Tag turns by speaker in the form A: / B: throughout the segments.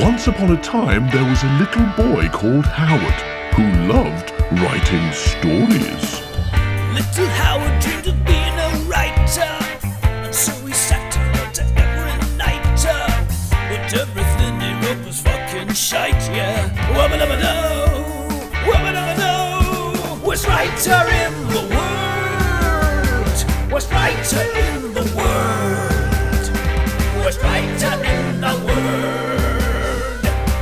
A: Once upon a time, there was a little boy called Howard who loved writing stories.
B: Little Howard dreamed of being a writer, and so he sat and wrote to every nighter. But everything he wrote was fucking shite, yeah. Wubba dubba do, wubba dubba do. Worst writer in the world, worst writer in the world, worst writer in the world,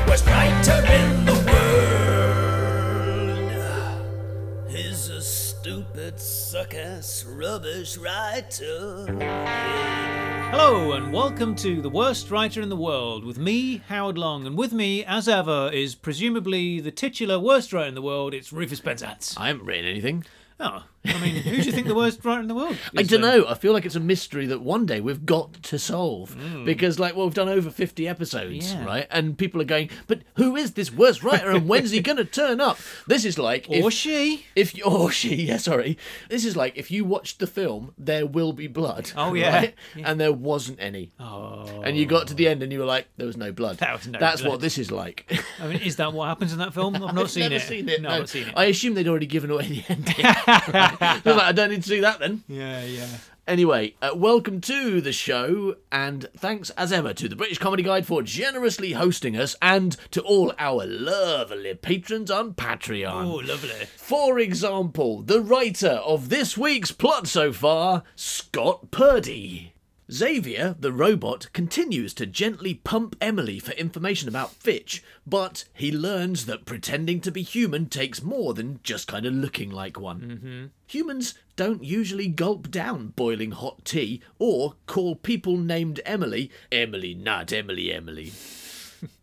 B: worst writer in the world. He's a stupid, suck ass, rubbish writer.
C: Hello and welcome to The Worst Writer in the World with me, Howard Long, and with me, as ever, is presumably the titular worst writer in the world, it's Rufus Penzance.
D: I haven't written anything.
C: Oh, I mean, who do you think the worst writer in the world is?
D: I don't
C: then?
D: know. I feel like it's a mystery that one day we've got to solve because, like, well, we've done over fifty episodes,
C: Hmm. Yeah.
D: right? And people are going, but who is this worst writer and when's he going to turn up? This is like
C: Or
D: if,
C: she.
D: if you, or she, yeah, sorry. This is like if you watched the film There Will Be Blood.
C: Oh, yeah.
D: right? and there wasn't any.
C: Oh.
D: And you got to the end and you were like, there was no blood.
C: There was no
D: That's
C: blood.
D: what this is like.
C: I mean, is that what happens in that film? I've not
D: I've
C: seen
D: never
C: it.
D: seen it.
C: No,
D: no.
C: I've not seen it.
D: I assume they'd already given away the ending. I was like, I don't need to see that then.
C: Yeah, yeah.
D: Anyway, uh, welcome to the show, and thanks as ever to the British Comedy Guide for generously hosting us, and to all our lovely patrons on Patreon.
C: Oh, lovely.
D: For example, the writer of this week's plot so far, Scott Purdy. Xavier, the robot, continues to gently pump Emily for information about Fitch, but he learns that pretending to be human takes more than just kind of looking like one. Humans don't usually gulp down boiling hot tea or call people named Emily, Emily, not Emily, Emily.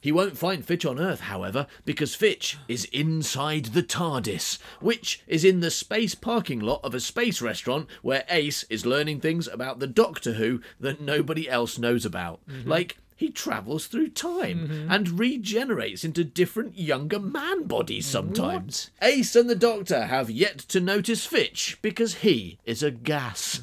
D: He won't find Fitch on Earth, however, because Fitch is inside the TARDIS, which is in the space parking lot of a space restaurant where Ace is learning things about the Doctor Who that nobody else knows about. Like, he travels through time and regenerates into different younger man bodies sometimes. Ace and the Doctor have yet to notice Fitch because he is a gas.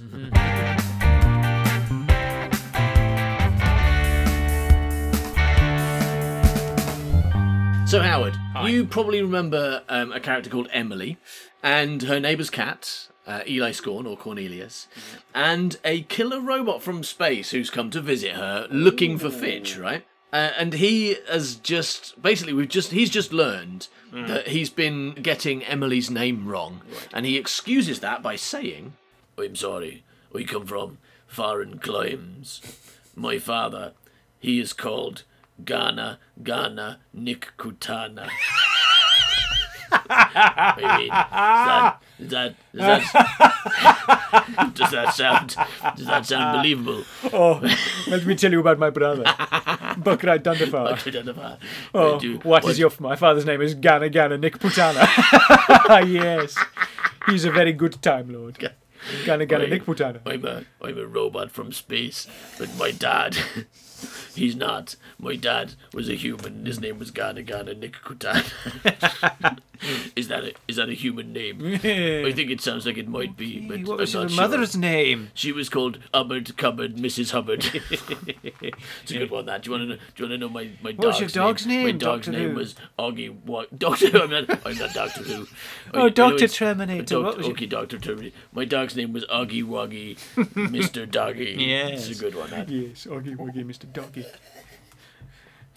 D: So Howard, you probably remember um, a character called Emily, and her neighbour's cat, uh, Eli Scorn or Cornelius, and a killer robot from space who's come to visit her, looking for Fitch, right? Uh, and he has just basically we've just he's just learned
C: Mm.
D: that he's been getting Emily's name wrong, and he excuses that by saying, "I'm sorry, we come from foreign climes. My father, he is called." Ghana, Ghana, Nick Kutana. I mean, is that, is that, is that, does that sound, does that sound believable?
E: Let me tell you about my brother, Buckrai Dundafar.
D: Identify.
E: Oh,
D: Do-
E: what is your? My father's name is Gana Gana Nick Putana. yes, he's a very good time lord. Gana Gana
D: Wait.
E: Nick Putana.
D: I'm a, I'm a robot from space, but my dad, he's not. My dad was a human. His name was Ghana Ghana Nick Kutana. is that a, is that a human name? I think it sounds like it might be, but
C: What
D: I'm
C: was your
D: not sure.
C: mother's name?
D: She was called Hubbard Cupboard Mrs. Hubbard. it's a good one. That do you want to know? Do you want to know my my
C: What was
D: dog's
C: your dog's
D: My
C: name,
D: dog's
C: Doctor
D: name
C: Who? Oh,
D: was Augie. What Doctor? Who, I'm not. I'm not Doctor Who. I-
E: Oh,
D: I know
C: Dr.
D: it's-
C: Terminator,
D: Doc-
C: what was your-
D: okay, Doctor Terminator. My dog's name was Augie Woggy, Mr. Doggy.
C: Yes.
D: it's a good one. That.
E: Yes, Oggy Woggy, Mr. Doggy.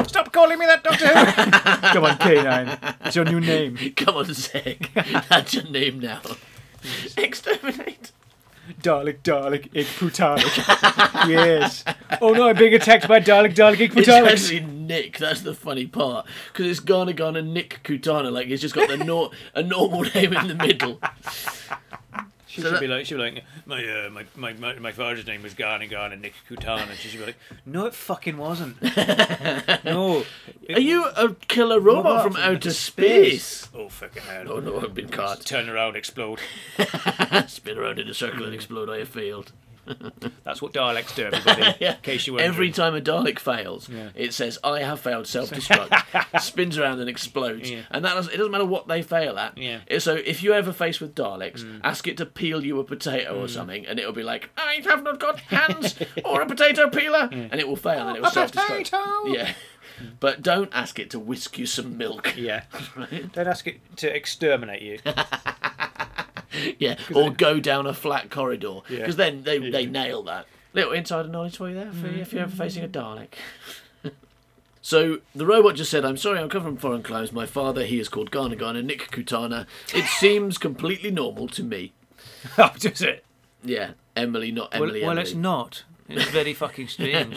E: Stop calling me that, Doctor Who. Come on, Canine. It's your new name.
D: Come on, Zach. That's your name now. Exterminate.
E: Dalek, Dalek, Egg Putalik. yes. Oh no, I'm being attacked by Dalek, Dalek, Egg
D: It's
E: Putalik.
D: actually Nick. That's the funny part because it's Ghana Ghana Nick Kutana. Like it's just got the nor- a normal name in the middle.
C: She
D: So
C: should
D: that-
C: be like, she should be like, my, uh, my, my, my, my father's name was Garner Garner Nick Kutana. She should be like, no, it fucking wasn't. no.
D: Are you a killer robot,
C: Robot
D: from,
C: from
D: outer space?
C: Oh, fucking hell.
D: Oh no, I've been caught.
C: Turn around, explode.
D: Spin around in a circle and explode. I have failed.
C: That's what Daleks do, everybody. In case you were
D: Every time a Dalek fails, it says, "I have failed self-destruct." spins around and explodes.
C: Yeah.
D: And that doesn't, it doesn't matter what they fail at.
C: Yeah. Mm.
D: It- So if you ever face with Daleks, ask it to peel you a potato or something, and it'll be like, "I have not got hands or a potato peeler," and it will fail and it will self-destruct. Yeah.
F: But don't ask it to whisk you some milk.
E: Yeah. Don't ask it to exterminate you.
F: Yeah, or go down a flat corridor. Because
E: Yeah.
F: then they, they nail that. Little insider knowledge for you there, for you if you're ever facing a Dalek. so the robot just said, I'm sorry, I'm come from foreign climes. My father, he is called Garna Garna, Nick Kutana. It seems completely normal to me.
E: Does it?
F: Yeah, Emily, not
C: Well,
F: Emily.
C: Oh, well
F: Emily.
C: it's not. It's very fucking strange.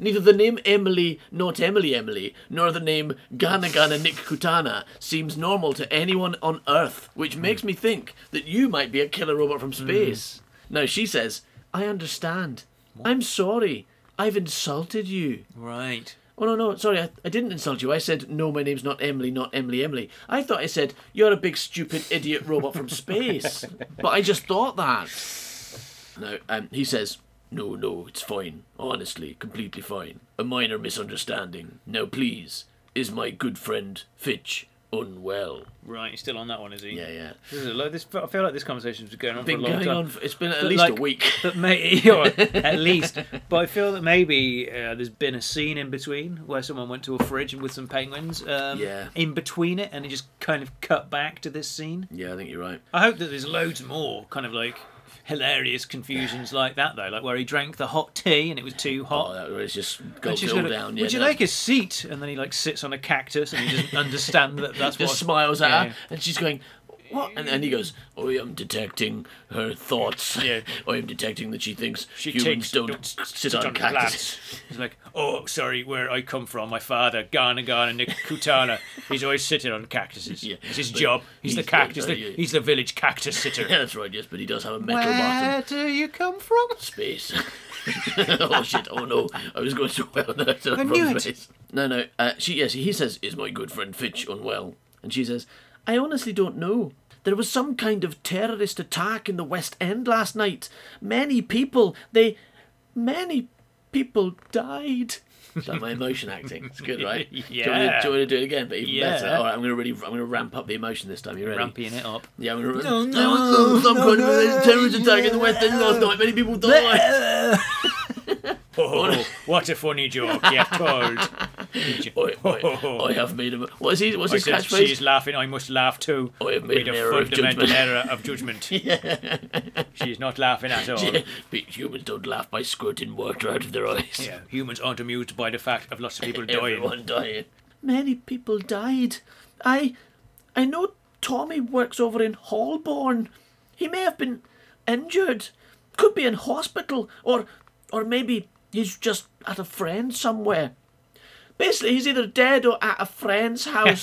F: Neither the name Emily, not Emily Emily, nor the name Ghana Ghana Nick Kutana seems normal to anyone on Earth, which makes me think that you might be a killer robot from space. No, she says, I understand. I'm sorry. I've insulted you.
C: right.
F: Oh, no, no, sorry, I, I didn't insult you. I said, no, my name's not Emily, not Emily Emily. I thought I said, you're a big, stupid, idiot robot from space. but I just thought that. No, um, he says, no, no, it's fine. Honestly, completely fine. A minor misunderstanding. Now, please, is my good friend Fitch unwell?
C: Right, he's still on that one, is he?
F: Yeah, yeah.
C: This is a lo- this, I feel like this conversation's been going on
F: Been
C: for a long
F: going
C: time.
F: on, for, it's been at least
C: like-
F: a week.
C: But maybe, or at least, but I feel that maybe uh, there's been a scene in between where someone went to a fridge with some penguins. Um,
F: Yeah.
C: In between it, and it just kind of cut back to this scene.
F: yeah, I think you're right.
C: I hope that there's loads more kind of like hilarious confusions like that though, like where he drank the hot tea and it was too
F: Oh,
C: hot.
F: that was just
C: And
F: gulped
C: she's
F: Oh, it all
C: gonna-
F: down. Yeah,
C: Would you
F: no.
C: like a seat? And then he like sits on a cactus and he doesn't understand that that's
F: just
C: what
F: smiles at
C: yeah.
F: her, and she's going, "What?" And then he goes, "Oh, "I am detecting her thoughts.
E: Yeah.
F: I am detecting that she thinks
E: She
F: humans
E: takes-
F: don't,
E: don't
F: s- sit on cactus."
C: He's like, oh, sorry, where I come from, my father, Ghana Ghana Nick Kutana, he's always sitting on cactuses.
F: Yeah,
C: it's his
F: but
C: job. He's,
F: he's
C: the cactus.
F: the- uh,
C: The,
F: yeah.
C: He's the village cactus sitter.
F: Yeah, that's right. Yes, but he does have a metal bottom
C: do you come from?
F: space. oh shit! Oh no! I was going so well. That I,
C: knew it.
F: No, no. Uh, she yes. He says, "Is my good friend Fitch unwell?" And she says, "I honestly don't know." There was some kind of terrorist attack in the West End last night. Many people, they, many people died. Is that my emotion acting? It's good, right? Do you want me to,
C: Yeah.
F: do, you want me to do it again? But even
C: Yeah.
F: better. All right, I'm gonna really, I'm gonna ramp up the emotion this time. You ready?
C: Ramping it up.
F: Yeah, I'm gonna. No, there was some- some kind of terrorist attack in the West End last night. Many people died.
C: Oh, what a funny joke you have told. Oh,
F: I, I, I have made a. What is he? What's his
C: Since she's
F: catchphrase?
C: laughing, I must laugh too.
F: I have made
C: Made
F: an
C: a
F: error of
C: fundamental
F: judgment.
C: error of judgment. She's not laughing at all.
F: But humans don't laugh by squirting water out of their eyes.
C: Yeah, humans aren't amused by the fact of lots of people dying.
F: Everyone dying. Many people died. I, I know Tommy works over in Holborn. He may have been injured, could be in hospital, or, or maybe he's just at a friend somewhere. Basically, he's either dead or at a friend's house.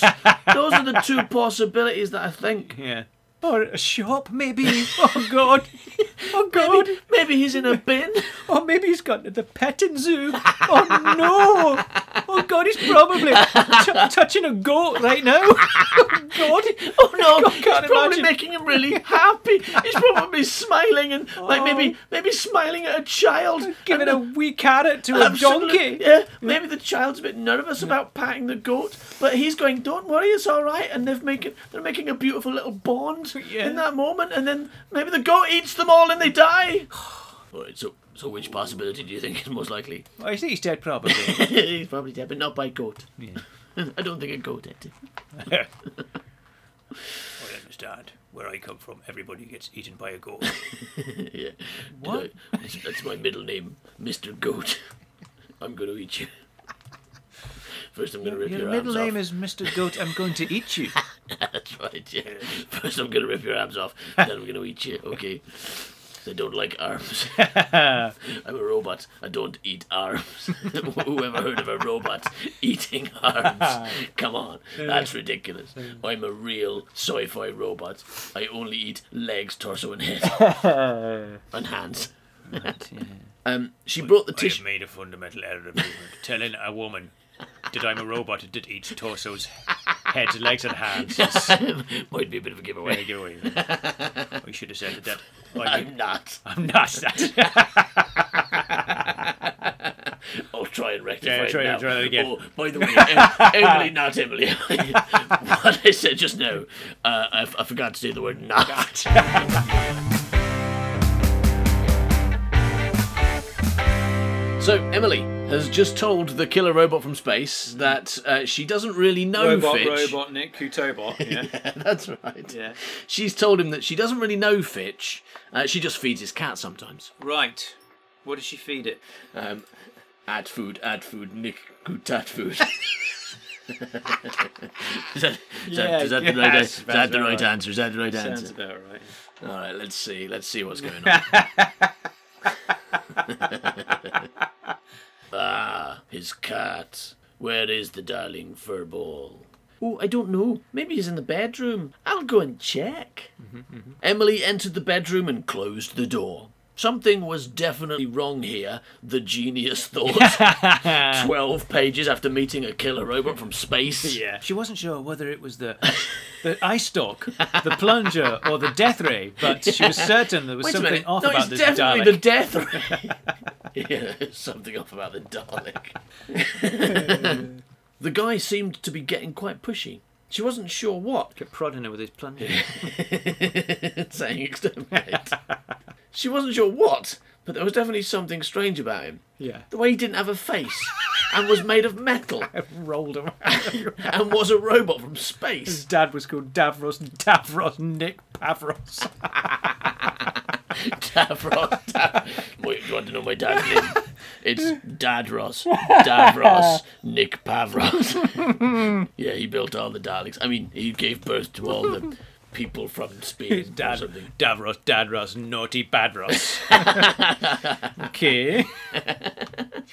F: Those are the two possibilities that I think.
C: Yeah. Or a shop, maybe. oh God. Oh God.
F: Maybe he's in a bin.
C: Or Oh, maybe he's gone to the petting zoo. Oh no! Oh God, he's probably t- touching a goat right now. Oh God!
F: Oh no! He's
C: can't
F: probably
C: imagine.
F: making him really happy. He's probably smiling and like maybe maybe smiling at a child.
C: Oh. Giving
F: and
C: a wee carrot to a
F: Absolutely.
C: donkey.
F: Yeah, maybe the child's a bit nervous about patting the goat, but he's going, "Don't worry, it's all right." And they've making they're making a beautiful little bond
C: Yeah.
F: in that moment, and then maybe the goat eats them all and they die. all right, so so which possibility do you think is most likely?
C: I think he's dead probably.
F: he's probably dead, but not by goat. I don't think a goat ate him.
C: I understand. Where I come from, everybody gets eaten by a goat.
F: Yeah.
C: What?
F: That's, that's my middle name, Mr. Goat. I'm going to eat you. First, I'm going to rip your,
C: Your
F: arms
C: middle name
F: off.
C: is Mr. Goat. I'm going to eat you.
F: That's right. Yeah. First, I'm going to rip your arms off. Then I'm going to eat you. Okay. 'Cause I don't like arms. I'm a robot. I don't eat arms. Whoever heard of a robot eating arms? Come on, that's ridiculous. I'm a real sci-fi robot. I only eat legs, torso, and head, and hands. Um, she brought the
C: I have
F: tissue.
C: made a fundamental error of judgment, telling a woman that I'm a robot that eats torsos, heads, legs, and hands.
F: Might be a bit of a
C: There
F: giveaway.
C: you go. I should have said that. I'm,
F: I'm not.
C: I'm not that.
F: I'll try and rectify
C: Yeah,
F: it
C: try-
F: now.
C: try that again.
F: Oh, by the way, Em- Emily, not Emily. what I said just now, uh, I, I forgot to say the word not. so, Emily, has just told the killer robot from space that uh, she doesn't really know
E: Robot,
F: Fitch.
E: robot, Nick, Kutobot. Yeah.
F: That's right.
E: Yeah.
F: She's told him that she doesn't really know Fitch. Uh, she just feeds his cat sometimes.
E: right. What does she feed it?
F: Um, ad food, ad food, Nick, good ad food. is that, is that, is that
E: Yeah,
F: the right,
E: yes,
F: is
E: that's
F: that the
E: about
F: right
E: right.
F: answer? Is that the right
E: Sounds
F: answer?
E: about right.
F: All right, let's see. Let's see what's going on. ah, his cat. Where is the darling furball? Oh, I don't know. Maybe he's in the bedroom. I'll go and check. mm-hmm. Emily entered the bedroom and closed the door. Something was definitely wrong here, the genius thought. Twelve pages after meeting a killer robot from space.
E: Yeah.
C: She wasn't sure whether it was the the eye stalk, the plunger, or the death ray, but she was certain there was
F: Wait a
C: something
F: minute.
C: off
F: no,
C: about this
F: it's definitely
C: Dalek.
F: the death ray. yeah, there's something off about the Dalek. the guy seemed to be getting quite pushy. She wasn't sure what,
C: Kept prodding her with his plunger.
F: saying exterminate. she wasn't sure what, but there was definitely something strange about him.
E: Yeah.
F: The way he didn't have a face and was made of metal
E: Rolled around.
F: and was a robot from space.
E: His dad was called Davros Davros Nick Pavros.
F: Davros. Dav- Wait, do you want to know my dad's name? It's Dadros. Davros. Nick Pavros. yeah, he built all the Daleks. I mean, he gave birth to all the people from Spain or
C: Dad,
F: something.
C: Davros, Dadros, naughty Badros.
E: Okay.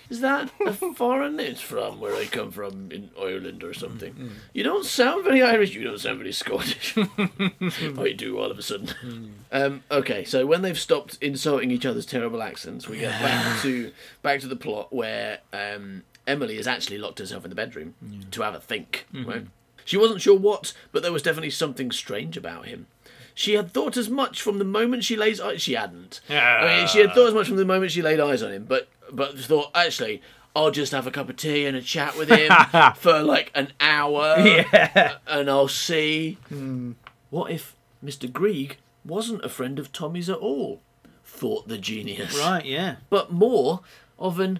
F: Is that a foreign? It's from where I come from in Ireland or something. You don't sound very Irish. You don't sound very Scottish. I do all of a sudden. Um, okay, so when they've stopped insulting each other's terrible accents, we get back to back to the plot where um, Emily has actually locked herself in the bedroom to have a think. Right? She wasn't sure what, but there was definitely something strange about him. She had thought as much from the moment she lays eyes. She hadn't. I mean, she had thought as much from the moment she laid eyes on him, but but thought actually. I'll just have a cup of tea and a chat with him for like an hour, yeah. and I'll see. What if Mr. Grieg wasn't a friend of Tommy's at all? Thought the genius.
C: right, yeah.
F: But more of an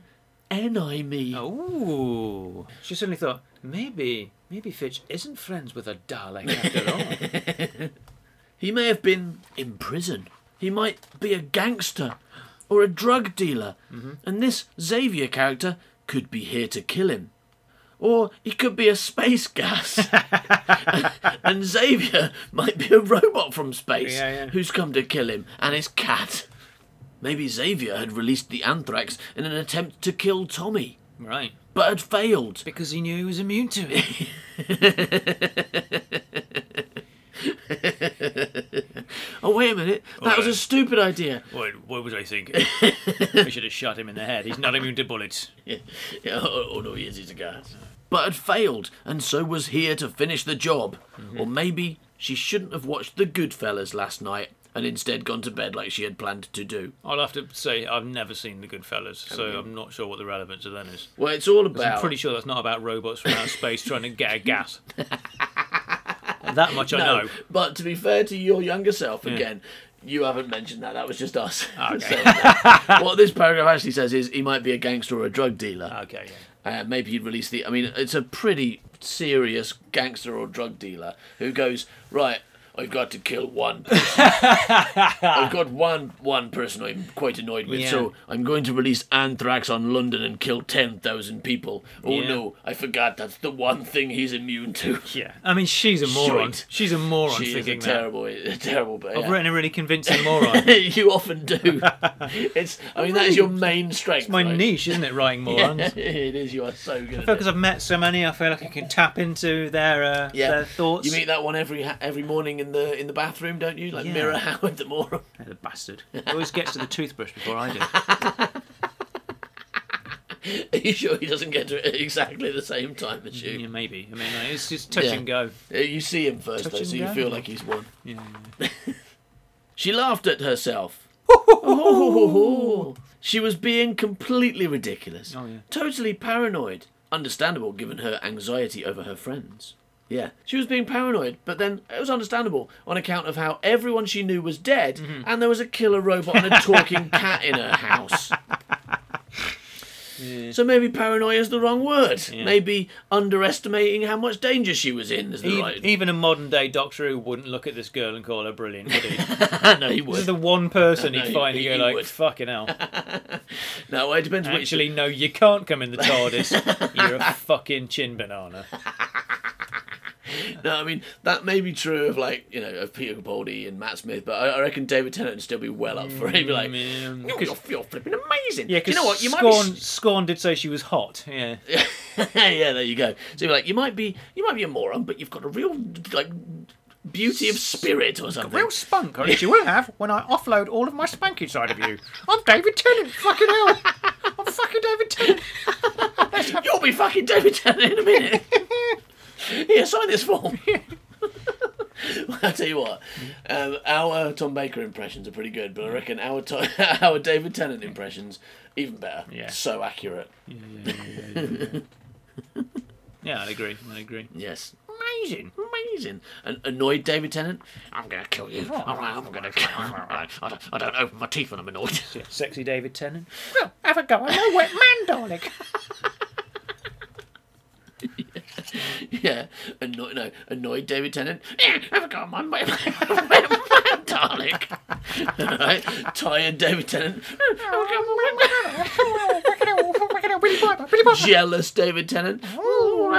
F: enemy.
C: Ooh. She suddenly thought, maybe, maybe Fitch isn't friends with a Dalek after all.
F: He may have been in prison. He might be a gangster or a drug dealer.
E: Mm-hmm.
F: And this Xavier character could be here to kill him. Or he could be a space gas. and Xavier might be a robot from space
E: Yeah, yeah.
F: who's come to kill him and his cat. Maybe Xavier had released the anthrax in an attempt to kill Tommy,
C: right.
F: but had failed.
C: Because he knew he was immune to it.
F: Oh, wait a minute. That was a
C: Alright.
F: stupid idea.
C: What, what was I thinking? I should have shot him in the head. He's not immune to bullets.
F: Yeah, oh, oh, no, he is, he's a guy. But had failed, and so was here to finish the job. Or maybe she shouldn't have watched The Goodfellas last night and instead gone to bed like she had planned to do.
C: I'll have to say I've never seen The Goodfellas, so I'm not sure what the relevance of that is.
F: Well, it's all
C: I'm
F: about.
C: pretty sure that's not about robots from outer space trying to get a gas. that much I know.
F: But to be fair to your younger self, again, you haven't mentioned that. That was just us.
C: Ah,
F: So, uh, what this paragraph actually says is he might be a gangster or a drug dealer.
C: Ah, Okay, yeah.
F: Uh, maybe he'd release the. I mean, it's a pretty serious gangster or drug dealer who goes right. I've got to kill one. person. I've got one one person I'm quite annoyed with, so I'm going to release anthrax on London and kill ten thousand people. Oh
C: Yeah.
F: no, I forgot that's the one thing he's immune to.
C: Yeah, I mean, she's a moron.
F: Shite.
C: She's a moron
F: She is a
C: thinking
F: terrible, a terrible. But,
C: that.
F: yeah.
C: I've written a really convincing moron.
F: you often do. It's. I mean, that is your main strength.
C: My
F: right?
C: niche, isn't it? Writing morons.
F: it is. You are so good. at it.
C: Because I've met so many, I feel like I can tap into their uh, their thoughts.
F: You meet that one every every morning in the in the bathroom, don't you? Like
C: Yeah.
F: Mirror Howard the moron.
C: Yeah, the bastard. He always gets to the toothbrush before I do.
F: Are you sure he doesn't get to it at exactly the same time as
C: yeah,
F: you?
C: maybe. I mean, like, it's just touch
F: Yeah.
C: and go.
F: Uh, You see him first though,
C: Touch
F: so
C: and
F: you
C: go.
F: feel like he's won.
C: Yeah, yeah.
F: She laughed at herself. Oh. she was being completely ridiculous.
C: Oh, yeah.
F: Totally paranoid. Understandable given her anxiety over her friends. Yeah. She was being paranoid, but then it was understandable on account of how everyone she knew was dead
C: Mm-hmm.
F: and there was a killer robot and a talking cat in her house. So maybe paranoia is the wrong word. Maybe underestimating how much danger she was in is the
C: Even,
F: right.
C: even a modern day Doctor Who wouldn't look at this girl and call her brilliant, would he? this
F: no, he would.
C: is the one person
F: No,
C: he'd
F: he-
C: find and
F: he
C: go like,
F: would.
C: fucking hell.
F: No, it depends which.
C: Actually, no, you can't come in the TARDIS. You're a fucking chin banana.
F: No, I mean that may be true of like you know of Peter Capaldi and Matt Smith, but I, I reckon David Tennant would still be well up for it. He'd be like,
C: Mm,
F: "Ooh,
C: 'cause-
F: you're, you're flipping amazing.
C: Yeah,
F: Do
C: because
F: you know what? You might
C: Scorn,
F: be.
C: Scorn did say she was hot. Yeah.
F: yeah, there you go. So you're like, you might be, you might be a moron, but you've got a real like beauty of spirit or something.
E: Real spunk, or at least you will have when I offload all of my spunk inside of you. I'm David Tennant, fucking hell. I'm fucking David Tennant.
F: You'll be fucking David Tennant in a minute. Here, sign this form. well, I tell you what, um, our Tom Baker impressions are pretty good, but I reckon our Tom, our David Tennant impressions even better.
C: Yeah.
F: So accurate.
C: Yeah, I'd agree. I'd agree.
F: Yes. Amazing, amazing. An annoyed David Tennant. I'm gonna kill you. I'm, I'm gonna kill you. I don't, I don't open my teeth when I'm annoyed.
C: Sexy David Tennant.
E: Well, have a go. I'm a wet man, Dalek.
F: yeah. Annoyed, no, annoyed David Tennant. Eh, Have a go, my my- my- Dalek. Alright. Tired David Tennant. Eh, Have a go, my- my-
E: Billy Piper, Billy Piper.
F: jealous David Tennant. All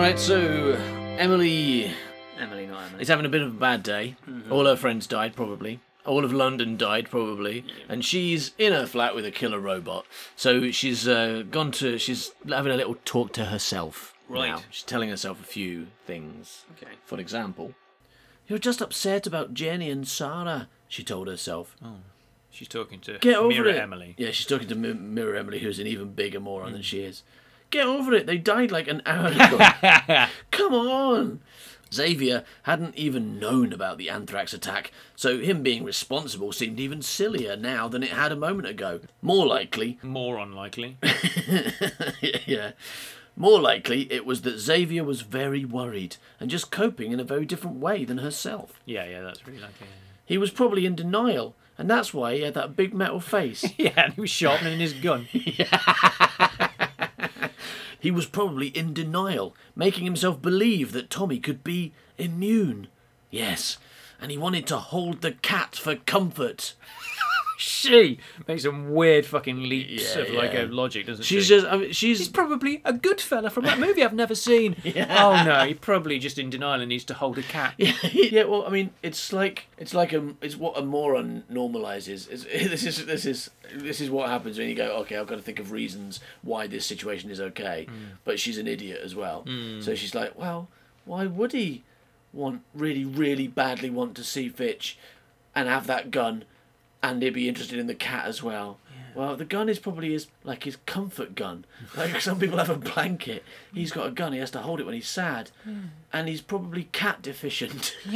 F: right, so Emily, Emily, not Emily, Mm-hmm. is having a bit of a bad day. All her friends died, probably. All of London died, probably. And she's in her flat with a killer robot. So she's uh, gone to. She's having a little talk to herself.
C: Right.
F: now. She's telling herself a few things.
C: Okay.
F: For example, you're just upset about Jenny and Sarah. She told herself.
C: She's talking to
F: Get over
C: Mira
F: it.
C: Emily. Mm.
F: Yeah, she's talking to Mi- Mirror Emily, who's an even bigger moron than she is. Get over it. They died like an hour ago. Come on. Xavier hadn't even known about the anthrax attack, so him being responsible seemed even sillier now than it had a moment ago. More likely,
C: More unlikely.
F: yeah. More likely, it was that Xavier was very worried and just coping in a very different way than herself.
C: Yeah, yeah, that's really likely.
F: He was probably in denial, and that's why he had that big metal face.
C: Yeah, and he was sharpening his gun.
F: He was probably in denial, making himself believe that Tommy could be immune. Yes, and he wanted to hold the cat for comfort.
C: she makes some weird fucking leaps
F: Yeah,
C: of like
F: yeah.
C: a logic, doesn't
F: She's
C: she?
F: just, I mean, she's,
C: He's probably a good fella from that movie I've never seen. Oh no, he probably just in denial and needs to hold a cat.
F: yeah. Well, I mean, it's like it's like a, it's what a moron normalizes. It's, this is this is this is what happens when you go, okay, I've got to think of reasons why this situation is okay. But she's an idiot as well, so she's like, well, why would he want really really badly want to see Fitch and have that gun, and he'd be interested in the cat as well. Well, the gun is probably his like his comfort gun. Like some people have a blanket. He's got a gun. He has to hold it when he's sad, and he's probably cat deficient.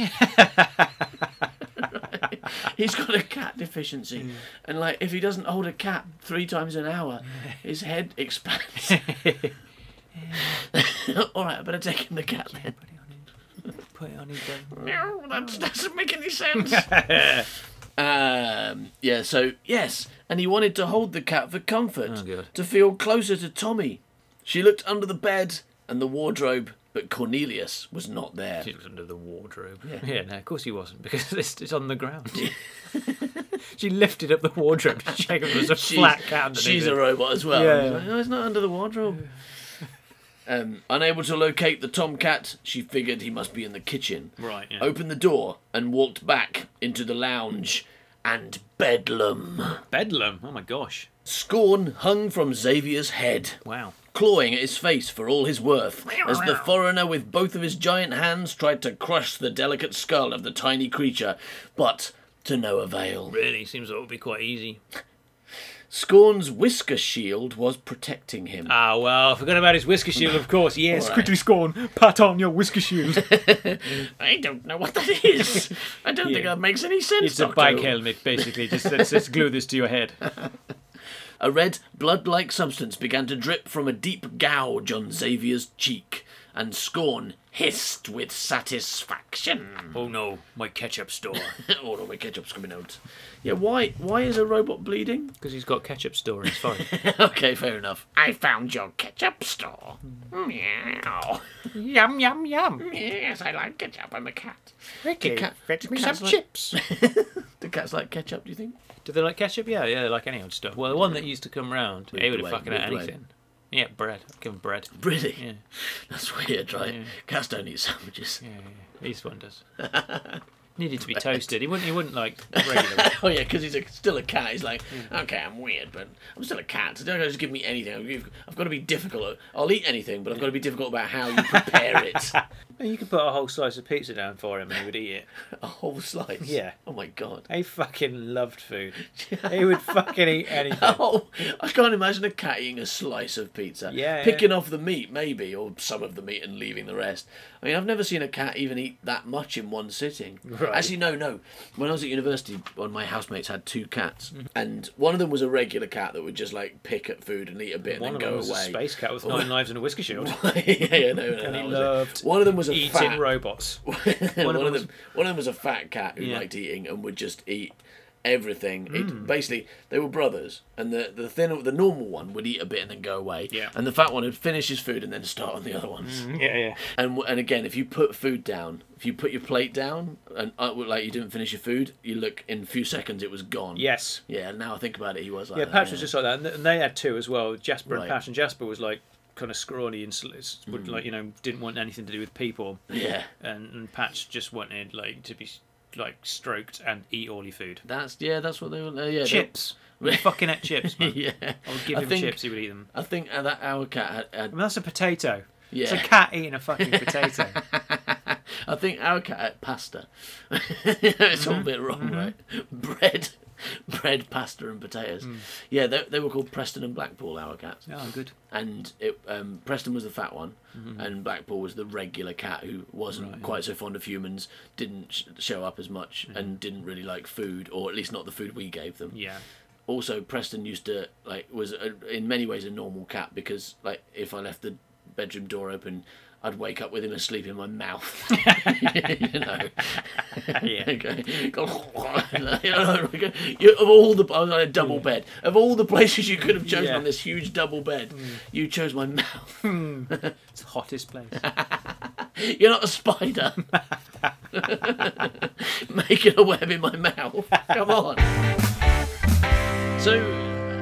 F: he's got a cat deficiency, and like if he doesn't hold a cat three times an hour, his head expands. All right, I better take him the cat then.
C: Put it on his gun.
F: No, that doesn't make any sense. um, yeah, so, yes. And he wanted to hold the cat for comfort,
C: Oh, God.
F: to feel closer to Tommy. She looked under the bed and the wardrobe, but Cornelius was not there.
C: It was under the wardrobe. Yeah. no, of course he wasn't because it's, it's on the ground. she lifted up the wardrobe to check if there was a flat cat underneath
F: she's
C: it.
F: a robot as well.
E: Yeah.
F: She's like, no, it's not under the wardrobe. Um, unable to locate the tomcat, she figured he must be in the kitchen.
C: Right, yeah.
F: Opened the door and walked back into the lounge and bedlam.
C: Bedlam. Oh my gosh.
F: Scorn hung from Xavier's head,
C: Wow.
F: clawing at his face for all his worth, as the foreigner with both of his giant hands tried to crush the delicate skull of the tiny creature, but to no avail.
C: Really seems like it would be quite easy.
F: Scorn's whisker shield was protecting him.
C: Ah well, I forgot about his whisker shield, of course. Yes.
E: Quickly scorn, pat on your whisker shoes.
F: I don't know what that is. I don't think that makes any sense.
C: It's a
F: Doctor.
C: bike helmet, basically. Just let's, let's glue this to your head.
F: A red, blood like substance began to drip from a deep gouge on Xavier's cheek, and Scorn hissed with satisfaction.
D: Oh no, my ketchup store.
F: oh no, my ketchup's coming out. Yeah, why why is a robot bleeding?
D: Because he's got ketchup store in his phone.
F: okay, fair enough. I found your ketchup store.
C: Hmm.
F: Meow.
G: Yum, yum, yum.
F: Yes, I like ketchup. I'm a cat.
G: Ricky,
F: cat-
G: fetch me some
F: cat's like-
G: chips.
F: Do cats like ketchup? Do you think?
D: Do they like ketchup? Yeah, yeah, they like any old stuff. Well, the one that used to come round, he would have
F: bread,
D: fucking
F: with
D: had
F: bread.
D: anything. Yeah, bread. I'd give him bread.
F: Really?
D: Yeah.
F: That's weird, right? Cats don't eat sandwiches.
D: Yeah, yeah. He's one does. Needed to be toasted. He wouldn't. He wouldn't like regular.
F: Oh yeah, because he's a, still a cat. He's like, okay, I'm weird, but I'm still a cat. So don't just give me anything. I'll give- I've got to be difficult. I'll eat anything, but I've got to be difficult about how you prepare it.
C: You could put a whole slice of pizza down for him and he would eat it.
F: A whole slice.
C: Yeah.
F: Oh my god.
C: He fucking loved food. He would fucking eat anything.
F: Oh, I can't imagine a cat eating a slice of pizza.
C: Yeah, yeah.
F: Picking off the meat, maybe, or some of the meat and leaving the rest. I mean, I've never seen a cat even eat that much in one sitting. Actually, no, no. When I was at university, one of my housemates had two cats,
C: Mm-hmm.
F: and one of them was a regular cat that would just like pick at food and eat a bit
C: One
F: and
C: of
F: then
C: them
F: go
C: was
F: away.
C: a space cat with nine knives and a whisker shield.
F: yeah, yeah, no, no, that
C: he
F: was it.
C: loved
F: One of them was a
C: Eating
F: fat.
C: robots.
F: one,
C: of
F: of
C: them was-
F: them, one of them was a fat cat who
C: Yeah. Mm.
F: liked eating and would just eat everything. It, basically, they were brothers, and the the thin, the normal one would eat a bit and then go away.
C: Yeah. Mm-hmm.
F: And the fat one would finish his food and then start on the other ones.
C: Yeah, yeah.
F: And w- and again, if you put food down, if you put your plate down and uh, like you didn't finish your food, you look in a few seconds it was gone.
C: Yes.
F: Yeah. Now I think about it, he was like.
C: Yeah,
F: that,
C: Patch was just like that, and th- and they had two as well. Jasper
F: Right.
C: and Patch, and Jasper was like kind of scrawny and sl- s- would like you know didn't want anything to do with people,
F: Yeah.
C: and, and Patch just wanted like to be like stroked and eat all your food.
F: That's yeah. That's what they were. Uh, yeah. they-
C: Chips, We fucking ate chips, man.
F: Yeah.
C: I would give
F: I
C: him
F: think-
C: chips, he would eat them.
F: I think uh, that our cat had, had
C: I mean, that's a potato. It's a
F: Yeah.
C: cat eating a fucking potato.
F: I think our cat ate pasta. it's all a bit wrong, right? Bread, bread, pasta, and potatoes. Yeah, they, they were called Preston and Blackpool. Our cats,
C: oh, good.
F: and it, um, Preston was the fat one, and Blackpool was the regular cat who wasn't quite so fond of humans, didn't sh- show up as much, and didn't really like food, or at least not the food we gave them
C: Yeah.
F: also Preston used to like was a, in many ways a normal cat because like if I left the bedroom door open, I'd wake up with him asleep in my mouth. you know.
C: Yeah.
F: Okay. You know, you- of all the I was on a double bed. Of all the places you could have chosen
C: Yeah. Mm.
F: on this huge double bed, you chose my mouth.
C: It's the hottest place.
F: You're not a spider. Making a web in my mouth. Come on. So,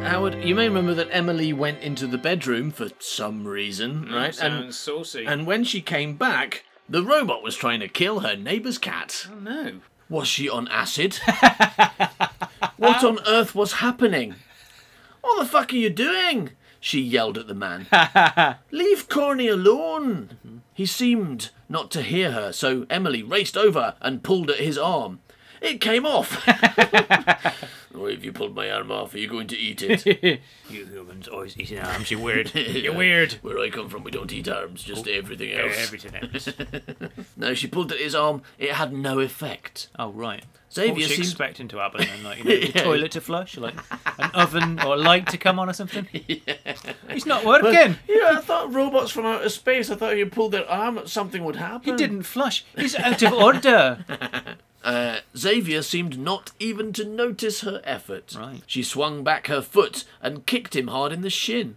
F: Howard, you may remember that Emily went into the bedroom for some reason, right? And,
C: saucy.
F: and when she came back, the robot was trying to kill her neighbour's cat.
C: oh, no.
F: Was she on acid? what on earth was happening? What the fuck are you doing? She yelled at the man. Leave Corny alone. He seemed not to hear her, so Emily raced over and pulled at his arm. It came off. Why have you pulled my arm off? Are you going to eat it?
D: you humans always eating arms. You're weird.
F: You're
D: weird. Oh,
F: Where I come from, we don't eat arms, just everything else.
D: Everything else.
F: No, she pulled at his arm. It had no effect.
C: Oh, right.
F: Xavier
C: what was she
F: seemed-
C: expecting to happen? Then? Like, you know, the toilet to flush? Like, an oven or a light to come on or something? It's not working.
F: Yeah, I thought robots from outer space. I thought you pulled their arm, something would happen.
C: He didn't flush. He's out of order.
F: Xavier seemed not even to notice her effort.
C: Right.
F: She swung back her foot and kicked him hard in the shin.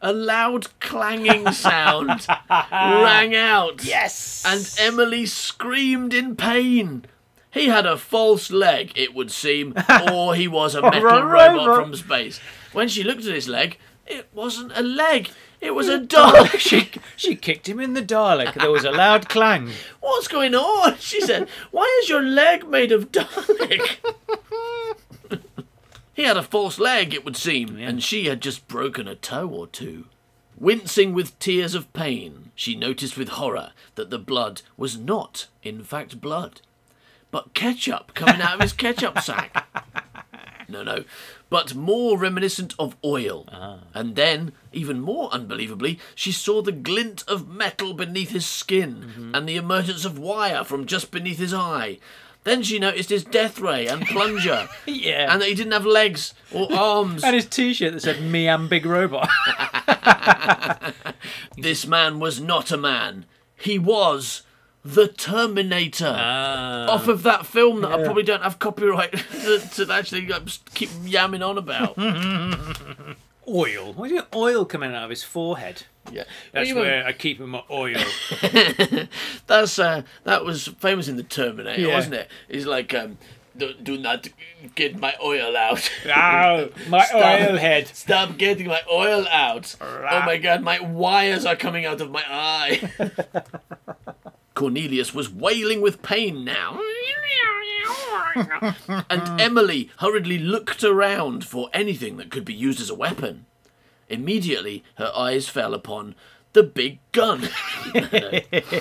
F: A loud clanging sound rang out. Yes! And Emily screamed in pain. He had a false leg, it would seem, or he was a metal
E: a
F: robot
E: robot.
F: from space. When she looked at his leg, it wasn't a leg, it was a Dalek.
C: She kicked him in the Dalek. There was a loud clang.
F: What's going on? She said, Why is your leg made of Dalek? he had a false leg, it would seem, and she had just broken a toe or two. Wincing with tears of pain, she noticed with horror that the blood was not, in fact, blood, but ketchup coming out of his ketchup sack. No, no, but more reminiscent of oil. And then, even more unbelievably, she saw the glint of metal beneath his skin and the emergence of wire from just beneath his eye. Then she noticed his death ray and plunger,
C: Yeah.
F: and that he didn't have legs or arms.
C: And his t shirt that said, Me am Big Robot.
F: This man was not a man. He was the Terminator.
C: Ah.
F: Off of that film that I probably don't have copyright to, to actually like, just keep yamming on about.
C: Oil. Why is there oil coming out of his forehead?
F: yeah.
C: That's
F: Even-
C: where I keep my oil.
F: That's uh, that was famous in the Terminator,
E: Yeah.
F: wasn't it? He's like, um, do, do not get my oil out.
E: Ow, my
F: Stop.
E: oil head.
F: Stop getting my oil out. Oh my god, my wires are coming out of my eye. Cornelius was wailing with pain now, and Emily hurriedly looked around for anything that could be used as a weapon. Immediately, her eyes fell upon the big gun.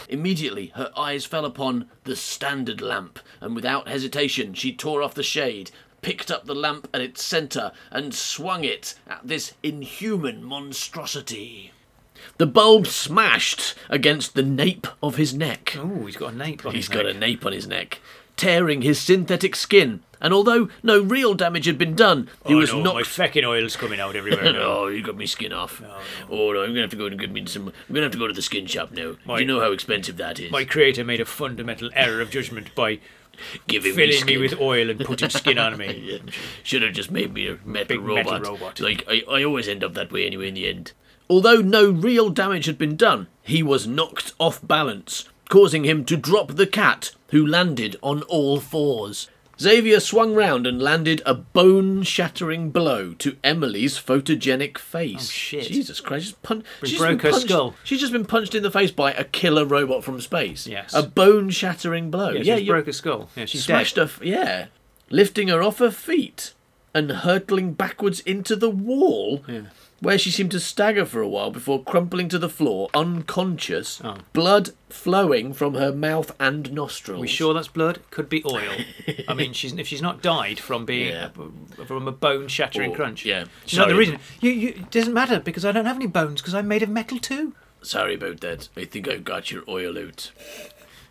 F: Immediately, her eyes fell upon the standard lamp, and without hesitation, she tore off the shade, picked up the lamp at its centre, and swung it at this inhuman monstrosity. The bulb smashed against the nape of his neck.
C: Ooh, he's got a nape on
F: He's
C: his
F: got
C: Oh, neck.
F: a nape on his neck, tearing his synthetic skin. And although no real damage had been done, he was
C: oh, no, My
F: knocked
C: feckin' oil's coming out everywhere now.
F: Oh, you got me skin off. Oh no, I'm gonna have to go and get me some. I'm gonna have to go to the skin shop now.
C: My-
F: you know how expensive that is.
C: My creator made a fundamental error of judgment by
F: Giving me
C: filling
F: skin.
C: me with oil and putting skin on me.
F: Should have just made me a metal
C: Big metal
F: robot.
C: robot.
F: Like I, I always end up that way anyway. In the end, although no real damage had been done, he was knocked off balance, causing him to drop the cat, who landed on all fours. Xavier swung round and landed a bone-shattering blow to Emily's photogenic face.
C: Oh, shit.
F: Jesus Christ! Just pun- she's
C: broke
F: been
C: her
F: punched-
C: skull.
F: She's just been punched in the face by a killer robot from space.
C: Yes.
F: A bone-shattering blow. Yeah,
C: Yeah, she
F: you're-
C: broke her skull. Yeah, she's
F: smashed
C: dead.
F: her, f- yeah, lifting her off her feet and hurtling backwards into the wall, where she seemed to stagger for a while before crumpling to the floor, unconscious,
C: Oh.
F: blood flowing from her mouth and nostrils.
C: We sure that's blood? Could be oil. I mean, she's if she's not died from being
F: Yeah.
C: from a bone shattering
F: Or-
C: crunch.
F: yeah.
C: she's not the
F: Sorry.
C: reason. You, you, it doesn't matter because I don't have any bones because I'm made of metal too.
F: Sorry about that. I think I got your oil out.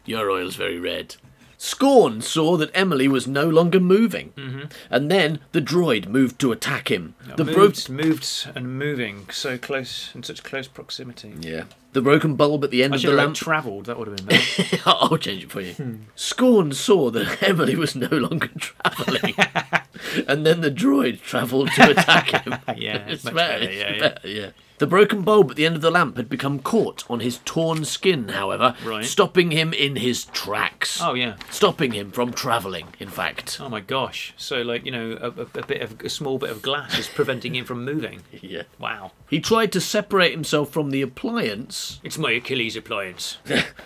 F: Your oil's very red. Scorn saw that Emily was no longer moving,
C: Mm-hmm.
F: and then the droid moved to attack him. the bro-
C: moved, moved and moving so close in such close proximity.
F: yeah, the broken bulb at the end
C: I
F: of
C: should
F: the
C: have
F: lamp.
C: travelled. That would have been better.
F: I'll change it for you.
C: Hmm.
F: Scorn saw that Emily was no longer travelling, and then the droid travelled to attack him.
C: Yeah, it's much
F: better,
C: better, yeah,
F: it's
C: yeah.
F: better, yeah. The broken bulb at the end of the lamp had become caught on his torn skin, however,
C: Right.
F: stopping him in his tracks.
C: Oh yeah.
F: Stopping him from travelling, in fact.
C: Oh my gosh. So like you know a, a, a bit of a small bit of glass is preventing him from moving.
F: Yeah.
C: Wow.
F: He tried to separate himself from the appliance.
C: It's my Achilles appliance.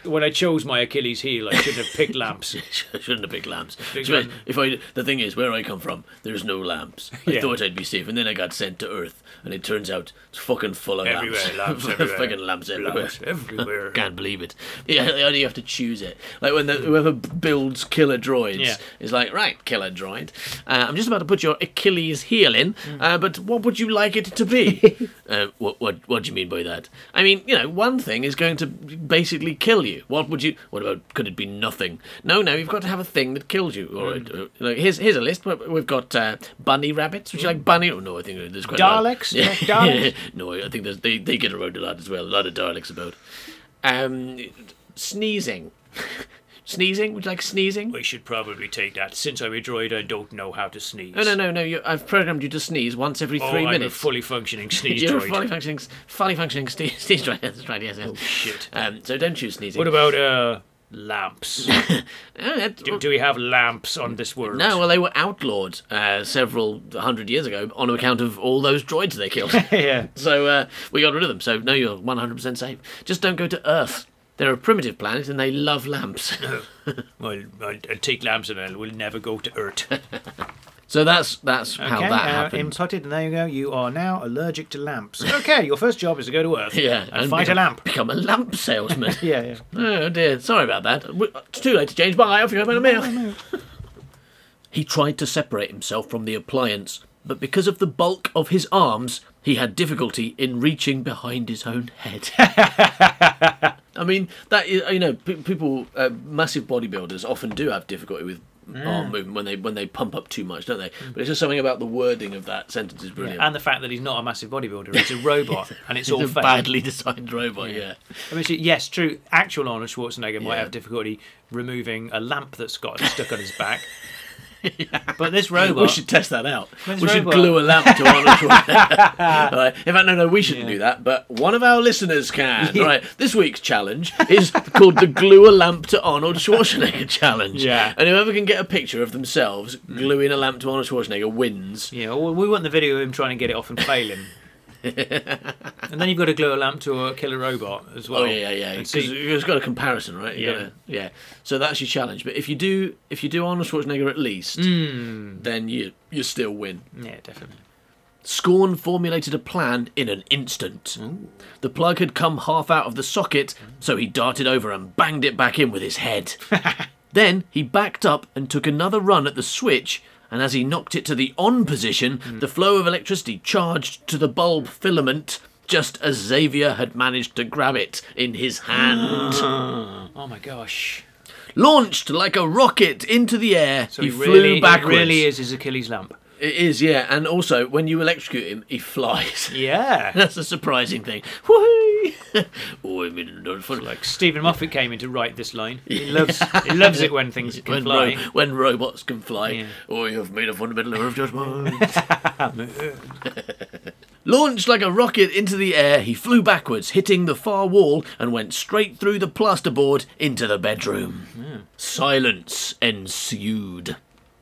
C: when I chose my Achilles heel, I should have picked lamps.
F: I shouldn't have picked lamps.
C: Big
F: Expe-
C: lamp.
F: If I, the thing is, where I come from, there's no lamps. I
C: Yeah.
F: thought I'd be safe, and then I got sent to Earth, and it turns out it's fucking full of
C: Everywhere,
F: lamps.
C: lamps everywhere.
F: fucking lamps everywhere.
C: Lamps everywhere.
F: Can't believe it. Yeah, they only have to choose it. Like when the, whoever b- builds killer droids
C: Yeah.
F: is like, right, killer droid, uh, I'm just about to put your Achilles heel in, uh, but what would you like it to be? uh, what, what, what do you mean by that? I mean, you know, one thing is going to basically kill you. What would you? What about? Could it be nothing? No, no, you've got to have a thing that kills you. All right. uh, look, here's here's a list. We- We've got uh, bunny rabbits. Would you like bunny? Oh no, I think there's quite a lot-
E: Daleks? Do you like Daleks?
F: no, I think there's, they they get around a lot as well. A lot of Daleks about. Um, sneezing. sneezing? Would you like sneezing?
C: I should probably take that. Since I'm a droid, I don't know how to sneeze.
F: No, no, no, no. You, I've programmed you to sneeze once every
C: Oh,
F: three
C: I'm a
F: minutes.
C: fully functioning sneeze
F: You're a
C: droid.
F: fully functioning, fully functioning sneeze, sneeze right, that's right, yes, yes. Oh,
C: shit.
F: Um, so don't choose sneezing.
C: What about uh lamps?
F: Oh, that-
C: do, do we have lamps on this world?
F: no, well, they were outlawed uh, several hundred years ago on account of all those droids they killed.
E: Yeah.
F: so uh, we got rid of them. So no, you're 100% safe. Just don't go to Earth. They're a primitive planet and they love lamps.
C: Well, I'll, I'll take lamps and I'll, we'll never go to Earth. okay,
F: so that's that's how that
C: now
F: happened.
C: inputted, and there you go. You are now allergic to lamps. Okay, your first job is to go to Earth
F: yeah,
C: and, fight
F: become,
C: a lamp.
F: Become a lamp salesman.
E: Yeah, yeah.
F: Oh dear, sorry about that. W- It's too late to change. Bye. Off you go, a meal. he tried to separate himself from the appliance, but because of the bulk of his arms, he had difficulty in reaching behind his own head. I mean, that is, you know, p- people, uh, massive bodybuilders often do have difficulty with arm movement when they when they pump up too much, don't they? But it's just something about the wording of that sentence is brilliant.
C: And the fact that he's not a massive bodybuilder, he's a robot, and it's all
F: It's a
C: fake.
F: badly designed robot, yeah.
C: I mean, she- yes, true. Actual Arnold Schwarzenegger might
F: Yeah.
C: have difficulty removing a lamp that's got stuck on his back. But this robot,
F: We should test that out.
C: When's
F: we should
C: robot?
F: glue a lamp to Arnold Schwarzenegger. right. In fact, no, no, we shouldn't do that, but one of our listeners can. Right. This week's challenge is called the Glue a Lamp to Arnold Schwarzenegger Challenge.
C: Yeah. Mm.
F: And whoever can get a picture of themselves gluing a lamp to Arnold Schwarzenegger wins.
C: yeah, well, we want the video of him trying to get it off and failing. and then you've got to glue a lamp to a killer robot as well.
F: Oh yeah, yeah, yeah.
C: And
F: Because
C: see-
F: it's got a comparison, right? You
C: Yeah.
F: gotta- yeah. So that's your challenge. But if you do, if you do Arnold Schwarzenegger at least,
C: Hmm.
F: then you you still win.
C: yeah, definitely.
F: Scorn formulated a plan in an instant. The plug had come half out of the socket, so he darted over and banged it back in with his head. then he backed up and took another run at the switch, and as he knocked it to the on position,
C: Hmm.
F: the flow of electricity charged to the bulb filament just as Xavier had managed to grab it in his hand.
C: Oh my gosh!
F: Launched like a rocket into the air,
C: So
F: he,
C: he,
F: flew
C: really, it
F: backwards.
C: really is his Achilles lamp.
F: It is, yeah, and also when you electrocute him, he flies.
C: Yeah.
F: That's a surprising thing. Woohoo! oh, I mean, not fun. Like
C: Stephen Moffat came in to write this line. He loves, he loves it when things can
F: when,
C: fly.
F: ro- when robots can fly.
C: Yeah.
F: Oh, you've made a fundamental error of judgment. Launched like a rocket into the air, he flew backwards, hitting the far wall, and went straight through the plasterboard into the bedroom. Silence ensued.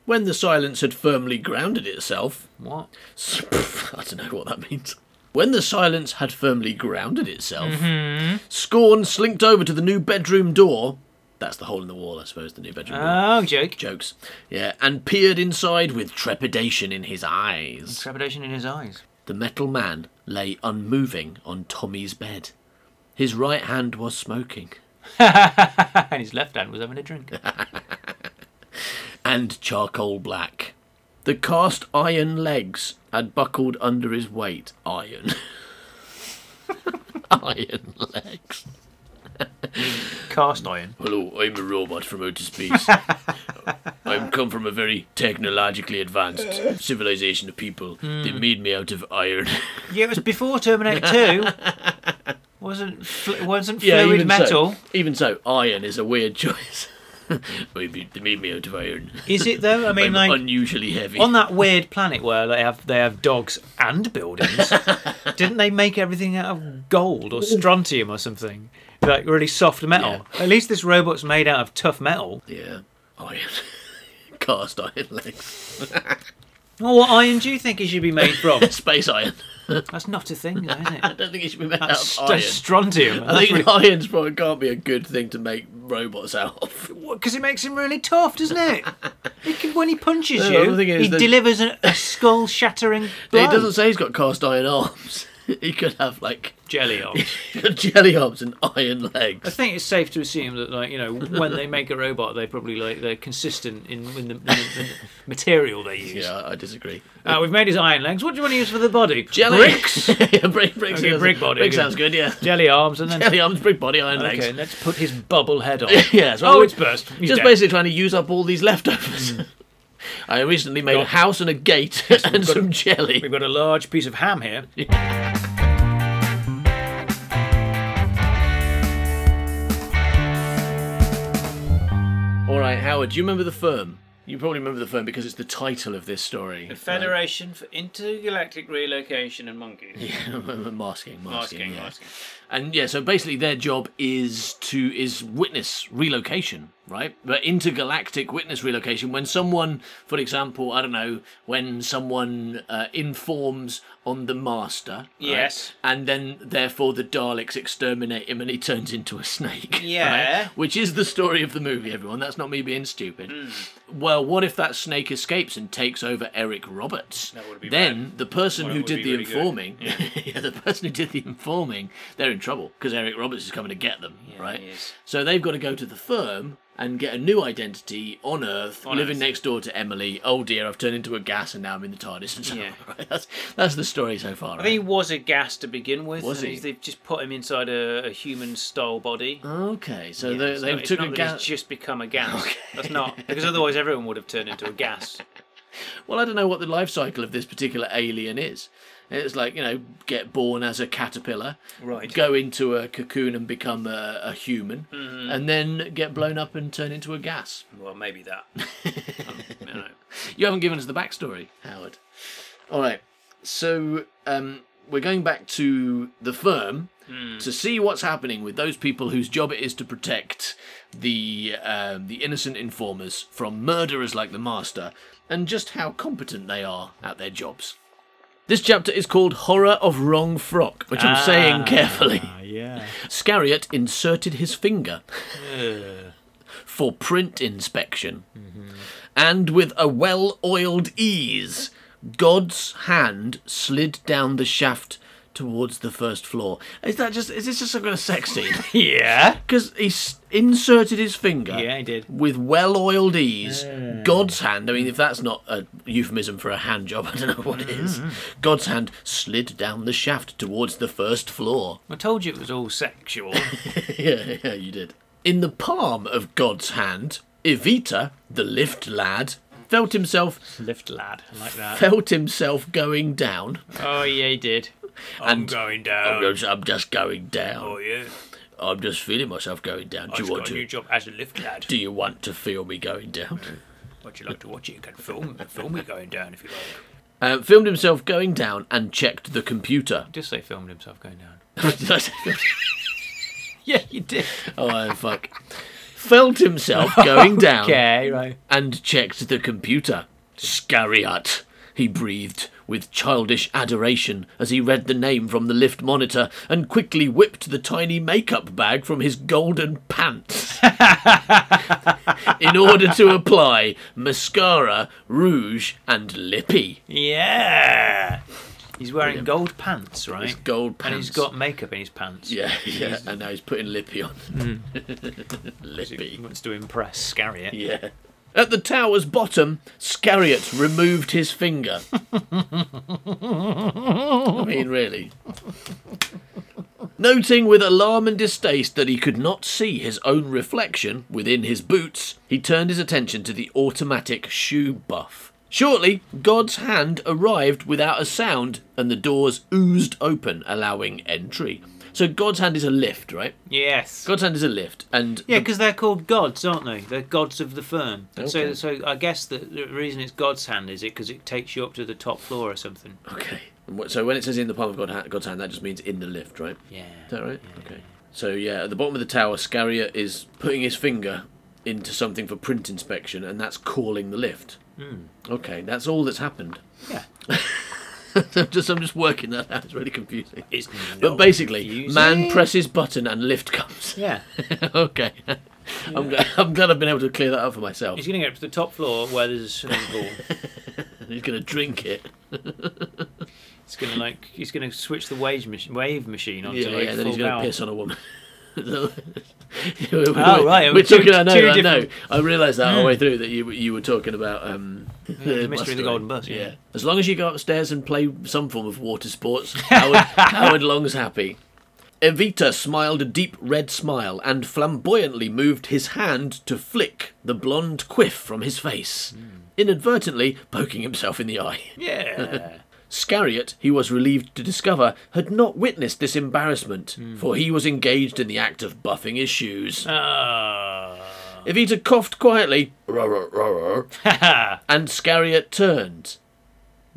F: When the silence had firmly grounded itself,
C: What?
F: I don't know what that means. When the silence had firmly grounded itself, Scorn slinked over to the new bedroom door. That's the hole in the wall, I suppose, the new bedroom door.
C: Oh, joke.
F: Jokes. Yeah, and peered inside with trepidation in his eyes.
C: Trepidation in his eyes.
F: The metal man lay unmoving on Tommy's bed. His right hand was smoking,
C: And his left hand was having a drink.
F: and charcoal black. The cast iron legs had buckled under his weight. Iron. iron legs.
C: Cast iron.
F: Hello, I'm a robot from outer space. I've come from a very technologically advanced civilization of people. They
C: Hmm.
F: made me out of iron.
C: Yeah, it was before Terminator 2. wasn't fl- wasn't fluid
F: even
C: metal.
F: So, even so, iron is a weird choice. Maybe they made me out of iron.
C: Is it though? I mean,
F: I'm
C: like
F: unusually heavy.
C: on that weird planet where they have they have dogs and buildings. didn't they make everything out of gold or strontium or something? Like really soft metal. At least this robot's made out of tough metal.
F: yeah, iron. Cast iron legs.
C: Well, what iron do you think he should be made from?
F: Space iron.
C: That's not a thing, though, is
F: I
C: it?
F: don't think it should be made out of
C: That's,
F: iron.
C: that's strontium.
F: I think iron's probably can't be a good thing to make robots out of.
C: Because it makes him really tough, doesn't it? He can- when he punches
F: No,
C: you,
F: the thing is
C: he
F: that-
C: delivers a, a skull-shattering blow.
F: He doesn't say he's got cast iron arms. he could have like
C: jelly on.
F: jelly arms and iron
C: I
F: legs.
C: think it's safe to assume that, like you know, when they make a robot, they probably like they're consistent in, in, the, in, the, in the material they use.
F: Yeah, I disagree.
C: Uh, we've made his iron legs. What do you want to use for the body?
F: Jelly
C: Bricks,
F: yeah, brick, bricks
C: Okay,
F: sounds-
C: brick body,
F: Brick
C: okay.
F: sounds good. Yeah,
C: jelly arms, and then
F: jelly arms, brick body, iron
C: okay,
F: legs.
C: let's put his bubble head on.
F: yeah, so
C: oh,
F: I-
C: it's burst. He's
F: just
C: dead. Hmm.
F: basically trying to use up all these leftovers. I recently made a house and a gate and
C: got
F: some
C: a-
F: jelly.
C: We've got a large piece of ham here.
F: All right, Howard, do you remember the firm? You probably remember the firm because it's the title of this story.
G: Federation for Intergalactic Relocation and Monkeys.
F: masking, masking,
G: Masking,
F: yeah.
G: masking.
F: And yeah, so basically their job is to is witness relocation, right? But intergalactic witness relocation when someone, for example, I don't know, when someone uh, informs on the master, right?
G: Yes.
F: and then therefore the Daleks exterminate him and he turns into a snake.
G: Yeah.
F: right? Eh? Which is the story of the movie, everyone. That's not me being stupid.
G: Hmm.
F: Well, what if that snake escapes and takes over Eric Roberts? That
G: would be
F: then the person
G: Well,
F: who
G: it would
F: did
G: be
F: the
G: really good.
F: informing, yeah, the person who did the informing, they're in trouble because Eric Roberts is coming to get them, right?
G: he is.
F: So they've got to go to the firm and get a new identity on Earth,
G: On
F: living
G: Earth.
F: next door to Emily. Oh dear, I've turned into a gas and now I'm in the TARDIS. And so
G: Yeah.
F: that's, that's the story so far.
G: I think he was a gas to begin with.
F: Was
G: and
F: he?
G: he's- They've just put him inside a, a human style body.
F: Okay, so
G: Yeah,
F: they,
G: it's
F: they
G: not- it's
F: took
G: not
F: a
G: that he's
F: gas.
G: just become a gas. That's not because otherwise everyone would have turned into a gas.
F: Well, I don't know what the life cycle of this particular alien is. It's like, you know, get born as a caterpillar,
G: Right.
F: go into a cocoon and become a, a human, and then get blown up and turn into a gas.
G: Well, maybe that. I don't know.
F: You haven't given us the backstory, Howard. All right, so um, we're going back to the firm to see what's happening with those people whose job it is to protect the um, the innocent informers from murderers like the master, and just how competent they are at their jobs. This chapter is called Horror of Wrong Frock, which I'm saying carefully.
E: Yeah.
F: Scariot inserted his finger for print inspection, and with a well oiled ease, God's hand slid down the shaft towards the first floor. Is that just? Is this just some kind of sex scene?
C: Yeah.
F: Because he s- inserted his finger.
C: Yeah, he did.
F: With well oiled ease, God's hand, I mean, if that's not a euphemism for a hand job, I don't know what is. God's hand slid down the shaft towards the first floor.
C: I told you it was all sexual.
F: Yeah, yeah, you did. In the palm of God's hand, Evita, the lift lad, felt himself
C: Lift lad, I like that.
F: felt himself going down.
C: Oh yeah, he did.
F: I'm and
C: Going down.
F: I'm just, I'm just going down.
C: yeah.
F: I'm just feeling myself going down. Do you want to?
C: job as a lift lad.
F: Do you want to feel me going down?
C: Would you like to watch it? You can film, film me going down if you like.
F: Uh, filmed himself going down and checked the computer.
C: Just say filmed himself going down.
F: Did I say that?
C: Yeah, you did.
F: oh fuck! Felt himself going down.
C: Okay, right.
F: and checked the computer. Scariot, he breathed with childish adoration as he read the name from the lift monitor and quickly whipped the tiny makeup bag from his golden pants in order to apply mascara, rouge, and lippy.
C: Yeah. He's wearing gold pants, right?
F: His gold pants.
C: And he's got makeup in his pants.
F: Yeah, yeah, and now he's putting lippy on.
C: He
F: lippy.
C: wants to impress Scariot.
F: Yeah. At the tower's bottom, Scariot removed his finger. I mean, really. Noting with alarm and distaste that he could not see his own reflection within his boots, he turned his attention to the automatic shoe buff. Shortly, God's hand arrived without a sound, and the doors oozed open, allowing entry. So, God's hand is a lift, right?
C: Yes.
F: God's hand is a lift, and
C: Yeah, because they're called gods, aren't they? They're gods of the firm. And
F: Okay.
C: So, so I guess the, the reason it's God's hand is it because it takes you up to the top floor or something.
F: Okay. And what- So when it says in the palm of God, God's hand, that just means in the lift, right?
C: Yeah.
F: Is that right? Okay. So yeah, at the bottom of the tower, Scariot is putting his finger into something for print inspection, and that's calling the lift. Okay, that's all that's happened.
C: Hmm. Yeah.
F: I'm just I'm just working that out. It's really confusing.
C: It's
F: But basically,
C: confusing.
F: man presses button and lift comes.
C: yeah.
F: okay. I'm, glad, I'm glad I've been able to clear that up for myself.
C: He's going to get up to the top floor where there's a swimming pool.
F: He's going to drink it.
C: He's going to like he's going to switch the wave machine wave machine onto
F: Yeah,
C: like
F: yeah,
C: full
F: then he's going
C: power.
F: to piss on a woman.
C: Oh, right,
F: We're
C: two-
F: talking. I know.
C: two
F: I know.
C: different- Hmm.
F: I realised that all the way through that you you were talking about um,
C: the mystery of the golden bus, yeah.
F: As long as you go upstairs and play some form of water sports, Howard, Howard Long's happy. Evita smiled a deep red smile and flamboyantly moved his hand to flick the blonde quiff from his face,
C: Hmm.
F: inadvertently poking himself in the eye.
C: Yeah.
F: Scariot, he was relieved to discover, had not witnessed this embarrassment,
C: Hmm.
F: for he was engaged in the act of buffing his shoes.
C: Ah.
F: Evita coughed quietly, "Rah, rah, rah, rah," and Scariot turned.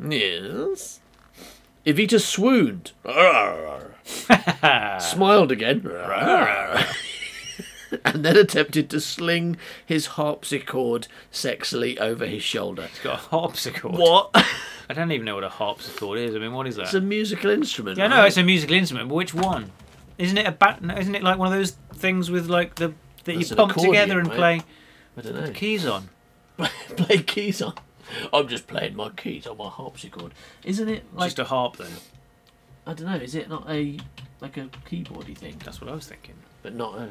F: Yes. Evita swooned, "Rah, rah, rah," smiled again, "Rah, rah, rah," and then attempted to sling his harpsichord sexily over his shoulder.
C: got a harpsichord.
F: What?
C: I don't even know what a harpsichord is. I mean, what is that?
F: it's a musical instrument.
C: yeah, no,
F: right?
C: it's a musical instrument. But which one? Isn't it a bat? no, Isn't it like one of those things with like the that
F: That's
C: you
F: an
C: pump
F: accordion,
C: together and
F: right?
C: play
F: I don't know.
C: keys on?
F: play keys on. I'm just playing my keys on my harpsichord. Isn't it like
C: Just a harp, then.
F: I don't know? Is it not a like a keyboardy thing,
C: That's what I was thinking.
F: but not a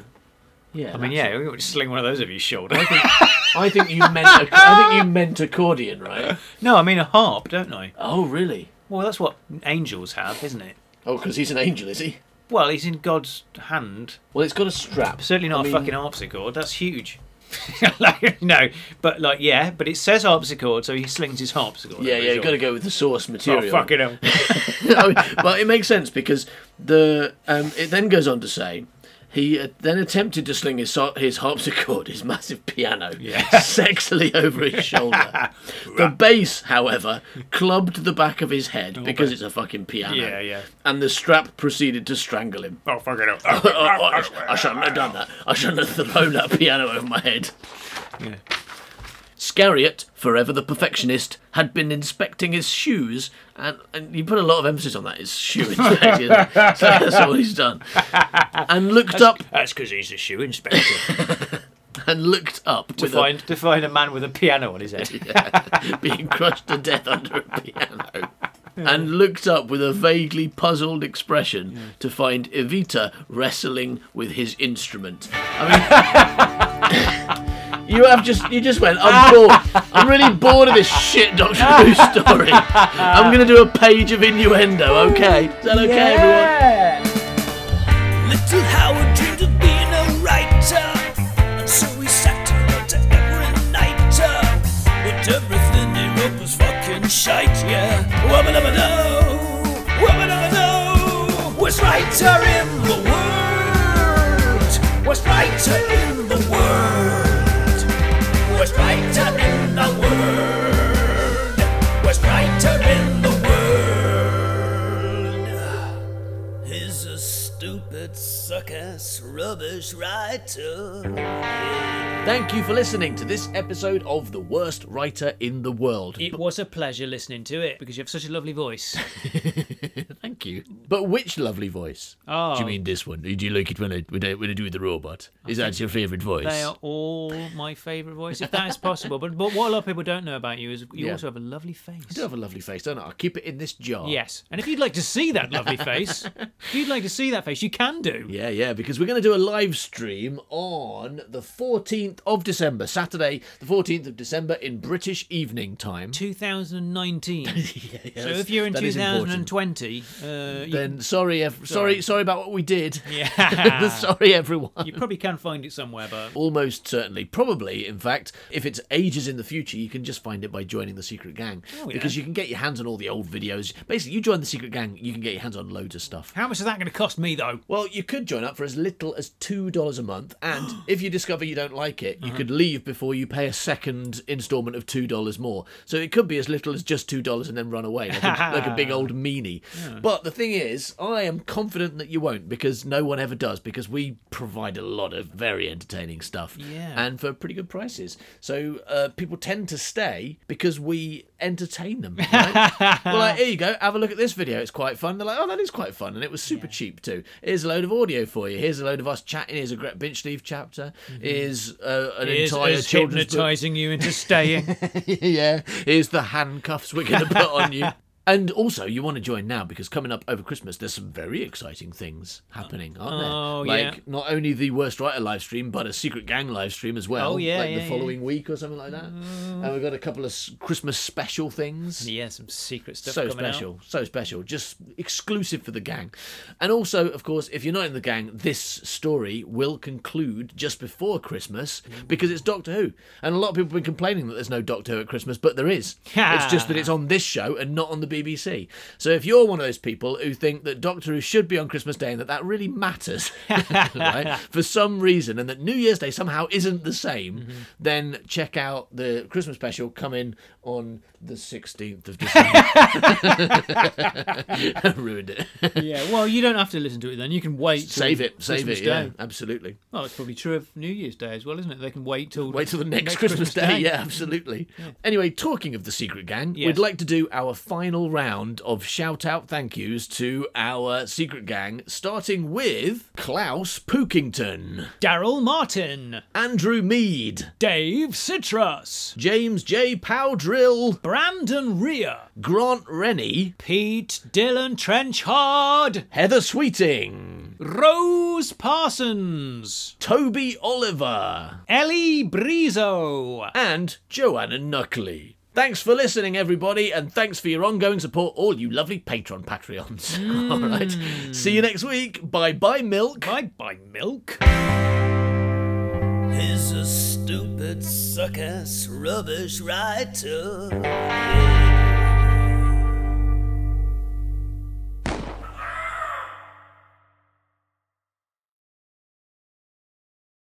F: Yeah.
C: I mean, yeah, we would sling one of those over your shoulder.
F: I think you meant. A, I think you meant accordion, right?
C: no, I mean a harp, don't I?
F: Oh, really?
C: Well, that's what angels have, isn't it?
F: Oh, because he's an angel, is he?
C: Well, he's in God's hand.
F: Well, it's got a strap.
C: Certainly not
F: I mean-
C: a fucking harpsichord. That's huge. like, no, but like, yeah, but it says harpsichord, so he slings his harpsichord. over
F: Yeah, yeah.
C: his
F: You
C: shoulder.
F: got to go with the source
E: Oh,
F: material.
E: fucking hell.
F: but it makes sense because the um, it then goes on to say he uh, then attempted to sling his har- his harpsichord, his massive piano, sexily over his shoulder. the bass, however, clubbed the back of his head because it's a fucking piano.
C: Yeah, yeah.
F: And the strap proceeded to strangle him.
E: Oh, fucking hell.
F: Oh, oh, I, sh- I shouldn't have done that. I shouldn't have thrown that piano over my head.
C: Yeah.
F: Scariot, forever the perfectionist, had been inspecting his shoes, and, and he put a lot of emphasis on that, his shoe inspection. so that's all he's done. And looked up,
C: That's because he's a shoe inspector.
F: and looked up
C: to
F: with
C: find to find a man with a piano on his head.
F: a, being crushed to death under a piano. And looked up with a vaguely puzzled expression to find Evita wrestling with his instrument. I mean, you have just you just went. I'm bored. I'm really bored of this shit Doctor Who story. I'm gonna do a page of innuendo. Okay, is that okay, everyone?
D: Little Howard dreamed of being a writer, and so he sat down to every nighter. But everything he wrote was fucking shite, yeah. Woman of a no, woman of a no, worst writer in the world, worst writer in the world, worst writer in the world, worst writer in the world. He's a stupid, suck-ass, rubbish writer.
F: Thank you for listening to this episode of the worst writer in the world.
C: It was a pleasure listening to it because you have such a lovely voice.
F: Thank you. But which lovely voice?
C: Oh,
F: Do you mean this one? Do you like it when I, when I, when I do the robot? Is that your favourite voice?
C: They are all my favourite voice, if that is possible. But but what a lot of people don't know about you is you
F: Yeah.
C: also have a lovely face.
F: I do have a lovely face, don't I? I'll keep it in this jar.
C: Yes, and if you'd like to see that lovely face, if you'd like to see that face, you can do.
F: Yeah, yeah, because we're going to do a live stream on the 14th of December, Saturday, the 14th of December in British evening time.
C: 2019.
F: Yes,
C: so if you're in
F: that is important.
C: 2020, uh, you,
F: then sorry, ev- sorry, sorry about what we did.
C: Yeah.
F: sorry, everyone.
C: you probably can find it somewhere, but
F: Almost certainly, probably, in fact, if it's ages in the future, you can just find it by joining the Secret Gang.
C: yeah.
F: Because you can get your hands on all the old videos. Basically, you join the Secret Gang, you can get your hands on loads of stuff.
C: how much is that going to cost me though?
F: Well, you could join up for as little as $2 a month, and if you discover you don't like it, you could leave before you pay a second instalment of $2 more. So it could be as little as just $2 and then run away, like a, like a big old meanie. But the thing is, I am confident that you won't, because no one ever does, because we provide a lot of very entertaining stuff.
C: Yeah.
F: And for pretty good prices. So uh, people tend to stay because we entertain them. Right? well,
C: Uh,
F: like, here you go. Have a look at this video. It's quite fun. They're like, oh, that is quite fun, and it was super cheap too. Here's a load of audio for you. Here's a load of us chatting. Here's a Gret Binchleve chapter.
C: Mm-hmm.
F: Here's uh, an
C: Is,
F: entire
C: is
F: children's book.
C: hypnotising you into staying?
F: yeah. Here's the handcuffs we're going to put on you. And also, you want to join now because coming up over Christmas, there's some very exciting things happening, aren't
C: Oh,
F: there?
C: yeah.
F: Like not only the Worst Writer live stream, but a Secret Gang live stream as well.
C: Oh, yeah,
F: like
C: yeah, Oh.
F: the
C: yeah.
F: following week or something like that. And we've got a couple of s- Christmas special things
C: yeah, some secret stuff
F: so
C: coming out.
F: special, so special, just exclusive for the gang. And also, of course, if you're not in the gang, this story will conclude just before Christmas
C: Mm.
F: because it's Doctor Who. And a lot of people have been complaining that there's no Doctor Who at Christmas, but there is. It's just that it's on this show and not on the BBC. So if you're one of those people who think that Doctor Who should be on Christmas Day and that that really matters right, for some reason and that New Year's Day somehow isn't the same,
C: Mm-hmm.
F: then check out the Christmas special coming on the 16th of December. ruined it.
C: Yeah, well, you don't have to listen to it then. You can wait. till
F: Save it, save
C: Christmas
F: it. Yeah,
C: Day.
F: absolutely.
C: Well, it's probably true of New Year's Day as well, isn't it? They can wait till
F: Wait till the next, Christmas, Day. Yeah, absolutely. Anyway, talking of the secret gang,
C: Yes.
F: we'd like to do our final round of shout out thank yous to our secret gang, starting with Klaus Pookington,
C: Daryl Martin,
F: Andrew Mead,
C: Dave Citrus,
F: James J. Powdrill,
C: Brandon Rea,
F: Grant Rennie,
C: Pete Dylan Trenchard,
F: Heather Sweeting,
E: Rose Parsons,
F: Toby Oliver,
E: Ellie Brizo,
F: and Joanna Knuckley. Thanks for listening, everybody, and thanks for your ongoing support, all you lovely Patron Patreons. all right. See you next week. Bye bye, milk.
E: Bye Bye Milk.
D: He's a stupid, suck ass, rubbish writer.